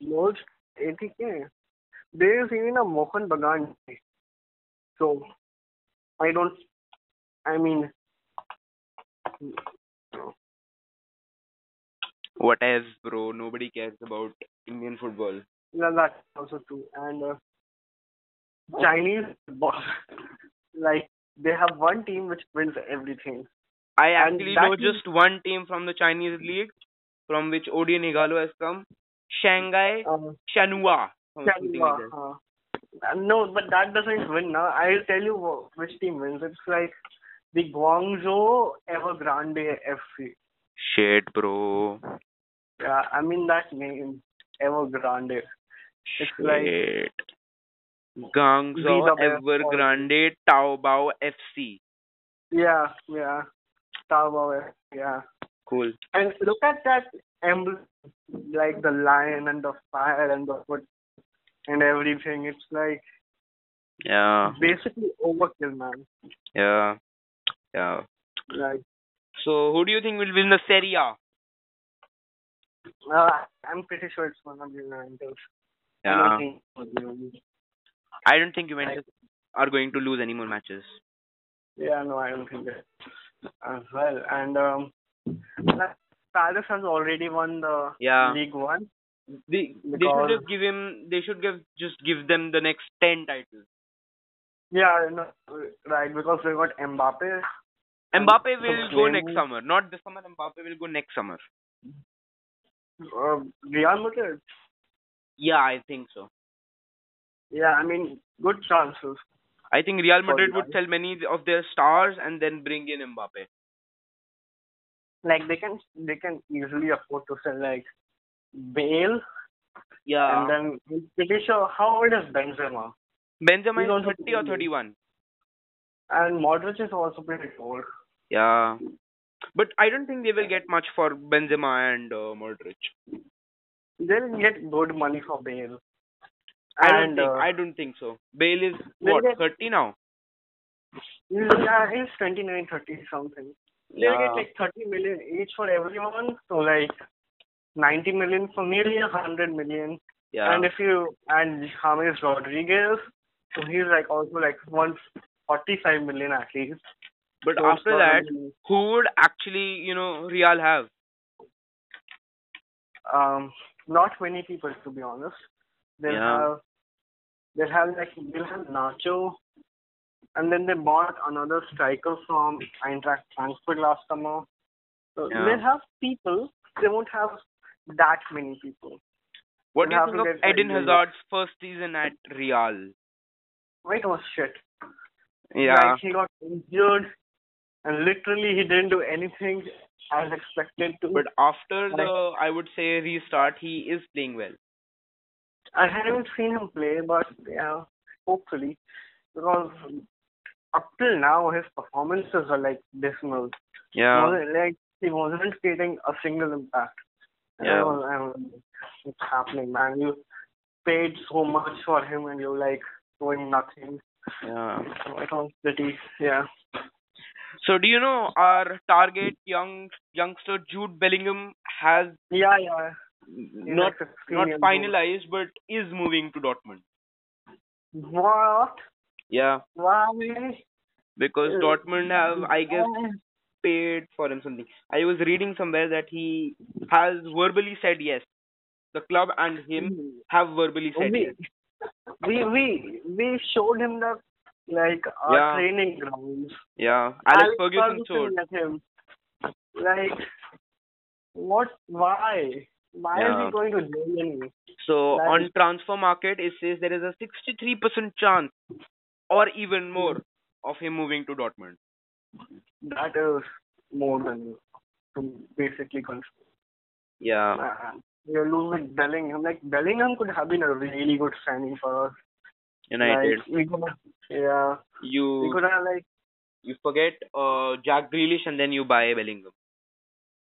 Most ATK. There is even a Mohan Bagan. Day. So, I don't. I mean,
What else, bro? Nobody cares about Indian football.
Yeah, that's also true. And uh, Chinese football, like they have one team which wins everything.
I
And
actually
that
know
is-
just one team from the Chinese league from which Odi Nigalo has come. Shanghai
Um,
Shanhua. or something like that.
uh, no, but that doesn't win. Now I'll tell you wh- which team wins. It's like the Guangzhou Evergrande FC.
Shit, bro.
Yeah, Uh, I mean that name, Evergrande. It's like-
Shit. Guangzhou
Be the best
Evergrande Taobao FC.
Yeah, yeah, Taobao. Yeah,
Cool.
and look at that emblem, like the lion and the fire and the foot and everything. It's like
Yeah.
basically overkill, man.
Yeah. Yeah.
Like,
So who do you think will win the Serie A?
uh, I'm pretty sure it's one of the Juventus. I don't think it was Juventus.
I don't think Juventus are going to lose any more matches.
Yeah, no, I don't think it as well. And um, Paris has already won the
Yeah.
League One.
They they should
Because-
just give him. They should give just give them the next ten titles.
Yeah, no, right, because we got Mbappe.
Mbappe will go
Claim-
next summer, not this summer. Mbappe will go next summer.
Uh, Real Madrid.
Yeah, I think so.
Yeah, I mean, good chances.
I think Real
For
Madrid would
Real.
sell many of their stars and then bring in Mbappe.
Like they can, they can easily afford to sell like Bale,
Yeah.
and then I'm pretty sure how old is Benzema?
Benzema
he's
is
also
30 or
pretty old.
31.
And Modric is also pretty old.
Yeah. But I don't think they will get much for Benzema and uh, Modric.
They'll get good money for Bale.
I don't
and
think.
uh,
I don't think so. Bale is
they'll
what
get-
30 now.
yeah, he's 29, 30 something. They'll
Yeah.
get like 30 million each for everyone, so like 90 million for nearly 100 million.
Yeah.
And if you and James Rodriguez, so he's like also like one forty-five million at least.
but
So
after
it's not
that,
really,
who would actually you know Real have?
um, not many people to be honest. They'll
Yeah.
have they'll have like they'll have Nacho, and then they bought another striker from Eintracht Frankfurt last summer. So
Yeah.
they'll have people. They won't have that many people.
What do you
have
think
to
of
get
Eden
Rodriguez.
Hazard's first season at Real?
Wait, oh shit.
Yeah.
Like he got injured, and literally he didn't do anything as expected to.
But after
Like-
the I would say restart, he is playing well.
I haven't seen him play, but yeah, hopefully, because up till now his performances are like dismal.
Yeah.
Wasn't- Like he wasn't creating a single impact. And I
Yeah.
was, I was, like, it's happening, man. You paid so much for him, and you're like doing nothing.
Yeah.
So it was pretty, yeah.
So do you know our target young youngster Jude Bellingham has
Yeah, yeah. He's
not
like 16
not
years old.
finalized but is moving to Dortmund.
What?
Yeah,
Why?
because
Uh,
Dortmund have Um, I guess paid for him something. I was reading somewhere that he has verbally said yes. The club and him have verbally said
we,
yes.
we we we showed him the like our
Yeah.
training grounds.
Yeah, Alex,
Alex
Ferguson showed.
let him. Like what? Why? Why is
Yeah.
he going to Germany?
So
That
on
is-
transfer market, it says there is a 63% chance, or even more, of him moving to Dortmund.
That is more than to basically consider.
Yeah.
You're losing Bellingham. Like Bellingham could have been a really good signing for us.
United.
Like, we could, yeah, we
You
could have like
you forget uh, Jack Grealish and then you buy Bellingham.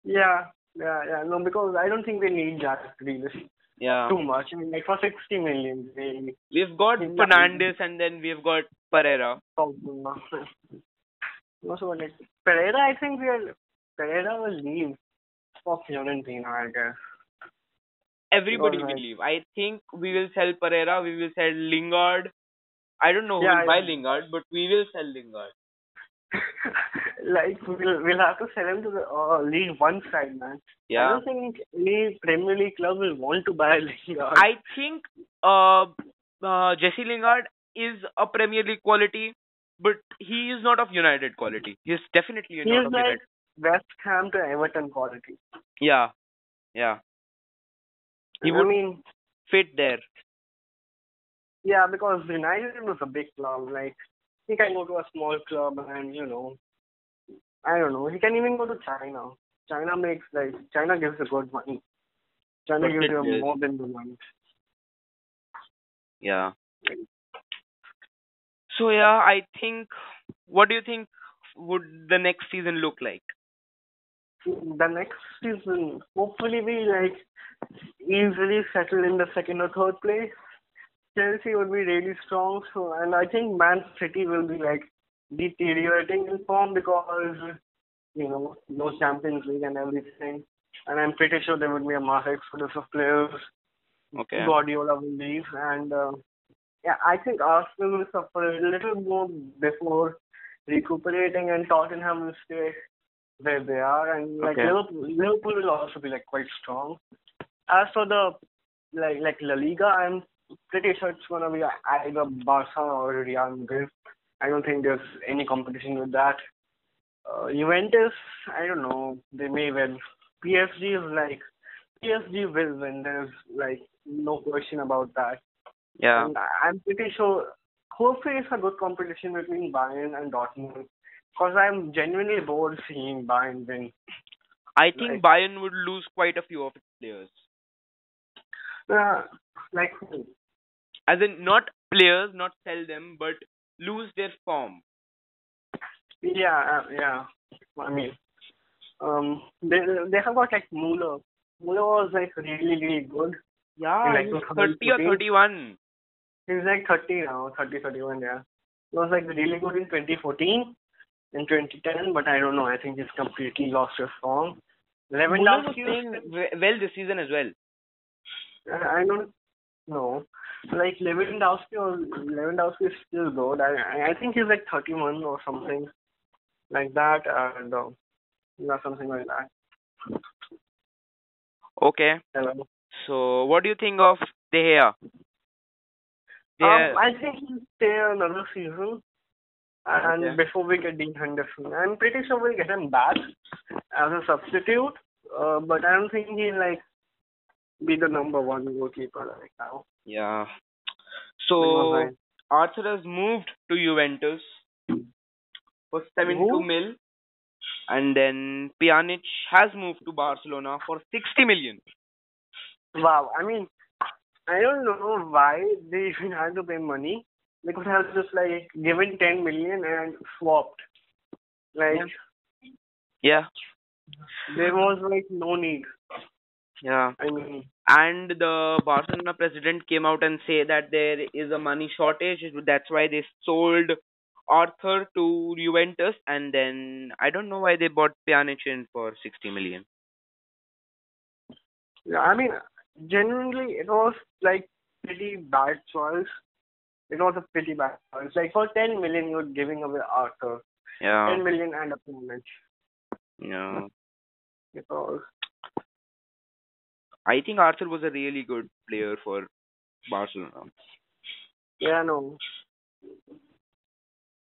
yeah. Yeah, yeah, no, because I don't think they need Jack Grealish.
Yeah.
too much. I mean, like for 60 million, they
We've got
Yeah.
Fernandes and then we've got Pereira.
probably not. What's about it? Pereira, I think we'll Pereira will leave for Fiorentina, I guess.
Everybody
Alright.
will leave. I think we will sell Pereira. We will sell Lingard. I don't know who
Yeah,
will buy
yeah.
Lingard, but we will sell Lingard.
like we'll we'll have to sell him to the uh, League One side, man. I
Yeah.
don't think any Premier League club will want to buy Lingard.
I think uh, uh Jesse Lingard is a Premier League quality, but he is not of United quality. He is definitely
He
not
is
of
like
United.
West Ham to Everton quality.
Yeah. Yeah. He
I
would
mean,
fit there.
yeah, because United was a big club. Like he can go to a small club, and you know, I don't know. He can even go to China. China makes like China gives you good money. China
But
gives
it
you
is-
more than the money.
Yeah. So yeah, I think. What do you think would the next season look like?
The next season, hopefully, we like easily settle in the second or third place. Chelsea would be really strong, so and I think Man City will be like deteriorating in form because you know no Champions League and everything. And I'm pretty sure there would be a mass exodus of players.
Okay.
Guardiola will leave, and uh, yeah, I think Arsenal will suffer a little more before recuperating, and Tottenham will stay where they are, and like
Okay.
Liverpool, Liverpool will also be like quite strong. As for the like like La Liga, I'm pretty sure it's gonna be either Barca or Real Madrid. I don't think there's any competition with that. Uh, Juventus, I don't know, they may win. PSG is like PSG will win. There's like no question about that.
Yeah.
And I- I'm pretty sure. Hopefully, it's a good competition between Bayern and Dortmund. Because I'm genuinely bored seeing Bayern win.
I think Bayern would lose quite a few of its players.
Uh, like,
As in, not players, not sell them, but lose their form.
yeah, uh, yeah. I mean, um, they they have got like Muller. Muller was like really really good.
Yeah,
Like
he's
2014?
30 or 31.
He's like 30 now, 30, 31, yeah. He was like really good in 2014 and 2010, but I don't know. I think he's completely lost his form.
Muller was
Lewandowski
playing
was-
we- well this season as well.
Uh, I I don't know. Like Lewandowski or Lewandowski is still good. I I- I think he's like 31 or something like that, and uh, not something like that.
Okay.
Hello.
So, what do you think of De Gea? De Gea-
Um, I think he'll stay another season, and
Okay.
before we get Dean Henderson, I'm pretty sure we'll get him back as a substitute. Uh, but I don't think he'll like be the number one goalkeeper right now.
yeah.
Because
So,
I-
Arthur has moved to Juventus for 72
Who?
mil. And then Pjanic has moved to Barcelona for 60 million.
Wow, I mean, I don't know why they even had to pay money. They could have just like given 10 million and swapped. Like,
Yeah.
there was like no need.
Yeah.
I mean,
and the Barcelona president came out and say that there is a money shortage. That's why they sold Arthur to Juventus, and then I don't know why they bought Pjanic in for 60 million.
yeah, I mean, genuinely, it was like pretty bad choice. It was a pretty bad choice. Like, for 10 million, you're giving away Arthur.
Yeah,
10 million and a payment.
yeah.
Because,
I think Arthur was a really good player for Barcelona.
yeah, no.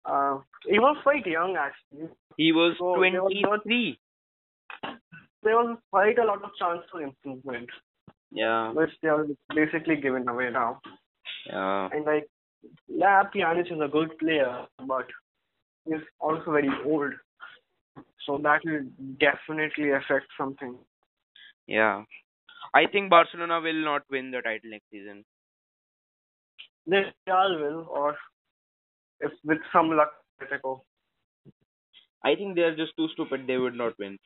Uh, he was quite young, actually.
He was
So, they were not-
23.
there was quite a lot of chance for improvement,
Yeah,
which they are basically given away now.
yeah,
And like, yeah, Pjanic is a good player, but he's also very old, so that will definitely affect something.
yeah. I think Barcelona will not win the title next season.
They all will, or if with some luck, Atletico.
I think they are just too stupid. They would not win.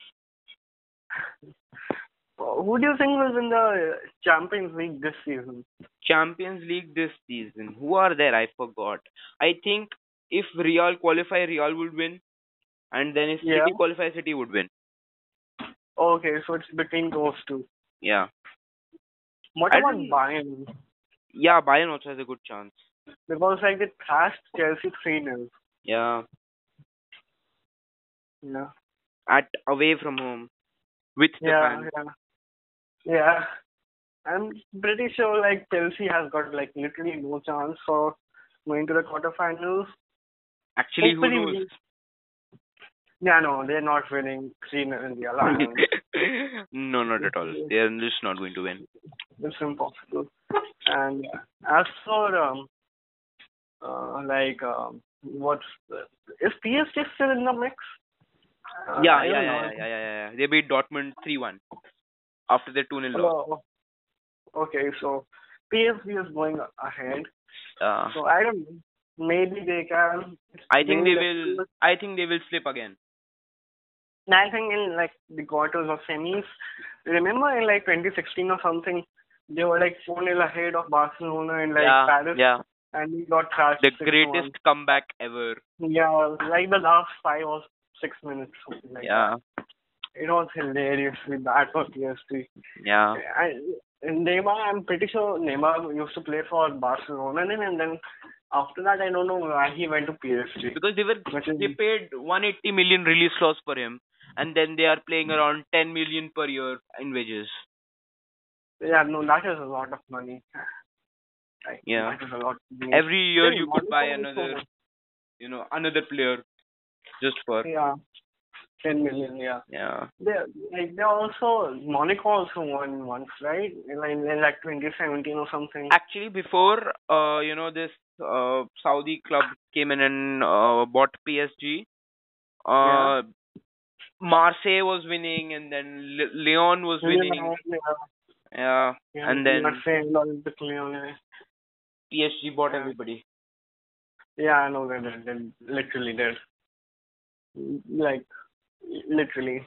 Who do you think will win the Champions League this season?
Champions League this season. Who are there? I forgot. I think if Real qualify, Real would win, and then if
Yeah.
City qualify, City would win.
Okay, so it's between those two.
Yeah,
What
I
about
don't-
Bayern?
yeah. Bayern also has a good chance.
Because like they thrashed Chelsea three 0
Yeah,
Yeah.
at away from home with the
Yeah,
fans.
yeah, yeah. I'm pretty sure like Chelsea has got like literally no chance for going to the quarterfinals.
Actually, who
Hopefully
knows?
Yeah, no, they're not winning three in India. Like,
no, not at all. They are just not going to win.
it's impossible. And as for um, uh, like um, what's is PSG still in the mix? Uh,
Yeah,
I
yeah, yeah,
don't
yeah,
know.
yeah, yeah, yeah. They beat Dortmund three-one after their two-nil loss.
Hello. Okay, so PSG is going ahead.
Uh,
So I don't know. Maybe they can.
I think they
maybe
will. I think they will flip again.
I think in like the quarters or semis, remember in like 2016 or something, they were like 4 0 ahead of Barcelona in like
yeah,
Paris
yeah.
and they got thrashed.
the
6-1.
greatest comeback ever.
Yeah, like the last five or six minutes, something like
yeah,
that. It was hilariously bad for PSG.
yeah,
I, and Neymar, I'm pretty sure Neymar used to play for Barcelona then, and then after that, I don't know why he went to PSG.
because they were
Which is-
they paid 180 million release clause
Mm.
for him, and then they are playing around 10 million per year in wages.
Yeah, no, that is a lot of money. Like,
Yeah.
That is a lot. Of money.
Every year
Yeah,
you could buy
Monaco is so
another,
much.
you know, another player just for
Yeah. Ten million. Yeah.
yeah.
They like they also Monaco also won once, right? Like in like 2017 or something.
Actually, before uh, you know this uh, Saudi club came in and uh, bought PSG. Uh, Marseille was winning, and then Le- Leon was winning.
Yeah,
Yeah,
yeah,
And then-
Marseille, Olympic Lyon,
PSG bought
Yeah.
everybody.
Yeah, I know that they did. Literally did. Like, literally.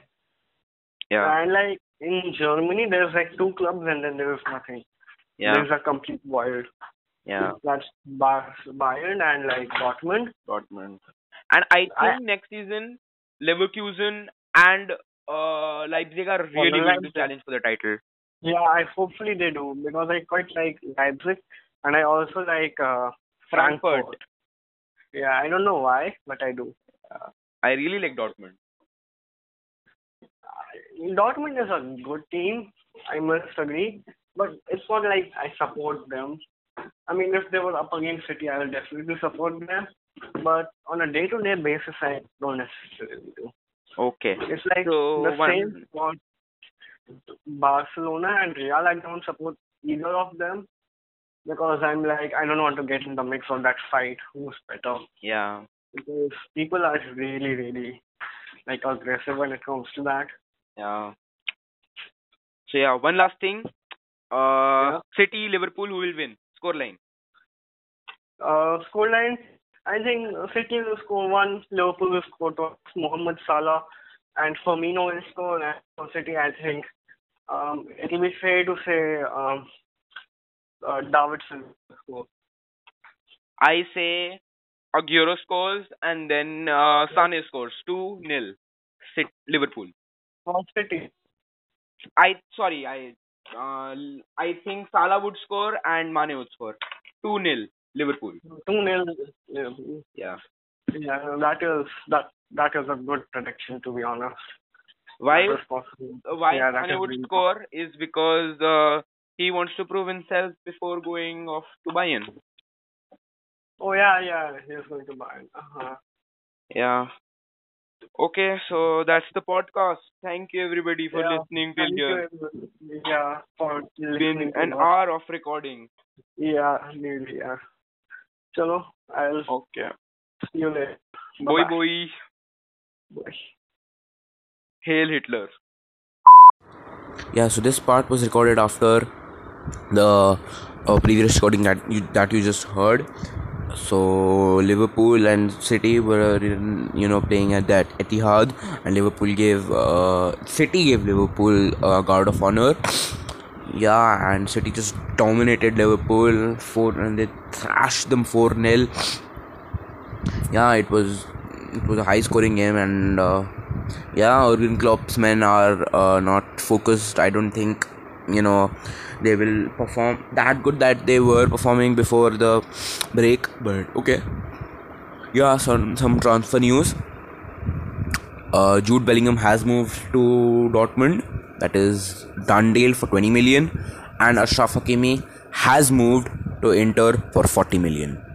And like in Germany, there's like two clubs and then there is nothing.
yeah,
There's a complete void.
yeah.
That's Bar- Bayern and like Dortmund.
Dortmund. And I think
I-
next season Leverkusen and uh, Leipzig are really going to
Leipzig.
challenge for the title.
Yeah, I hopefully they do because I quite like Leipzig and I also like uh,
Frankfurt.
Frankfurt. Yeah, I don't know why, but I do.
I really like Dortmund.
Dortmund is a good team, I must agree, but it's not like I support them. I mean, if they were up against City, I will definitely support them, but on a day-to-day basis, I don't necessarily do.
Okay.
It's like
So,
the
one-
same for Barcelona and Real. I don't support either of them because I'm like I don't want to get in the mix of that fight. Who's better?
Yeah.
Because people are really, really like aggressive when it comes to that.
Yeah. So yeah, one last thing. Uh, City, Liverpool, who will win? Scoreline.
Uh, scoreline. I think City will score one, Liverpool will score two, Mohamed Salah and Firmino will score. And for City, I think um, it'll be fair to say um, uh, Davidson will score.
I say Aguero scores and then uh, Sane scores two nil. Sit Liverpool.
For City,
I sorry, I uh, l- I think Salah would score and Mane would score. Two 0 Liverpool.
two nil. Yeah,
Yeah.
yeah, that is that that is a good prediction to be honest.
Why
That is possible.
uh, why
Yeah, that
Mane
is
would
really
score is because uh, he wants to prove himself before going off to Bayern.
Oh yeah, yeah, he's going to buy. Uh-huh.
Yeah. Okay, so that's the podcast. Thank you everybody for
Yeah,
listening till
Thank
here.
you, yeah, for
Been
listening.
an
to us.
hour of recording.
Yeah, nearly. Yeah. Chalo, I'll
Okay.
see you later.
Boy
Bye-bye.
boy,
Bye.
hail Hitler.
yeah so this part was recorded after the uh, previous recording that you that you just heard so liverpool and city were in, you know playing at that etihad and liverpool gave uh, city gave liverpool a guard of honor yeah and city just dominated liverpool 4 and they thrashed them 4 nil yeah it was it was a high scoring game and uh, yeah Jurgen Klopp's men are uh, not focused I don't think you know they will perform that good that they were performing before the break but okay yeah some some transfer news uh, Jude Bellingham has moved to Dortmund. That is done deal for 20 million, and Ashraf Hakimi has moved to Inter for 40 million.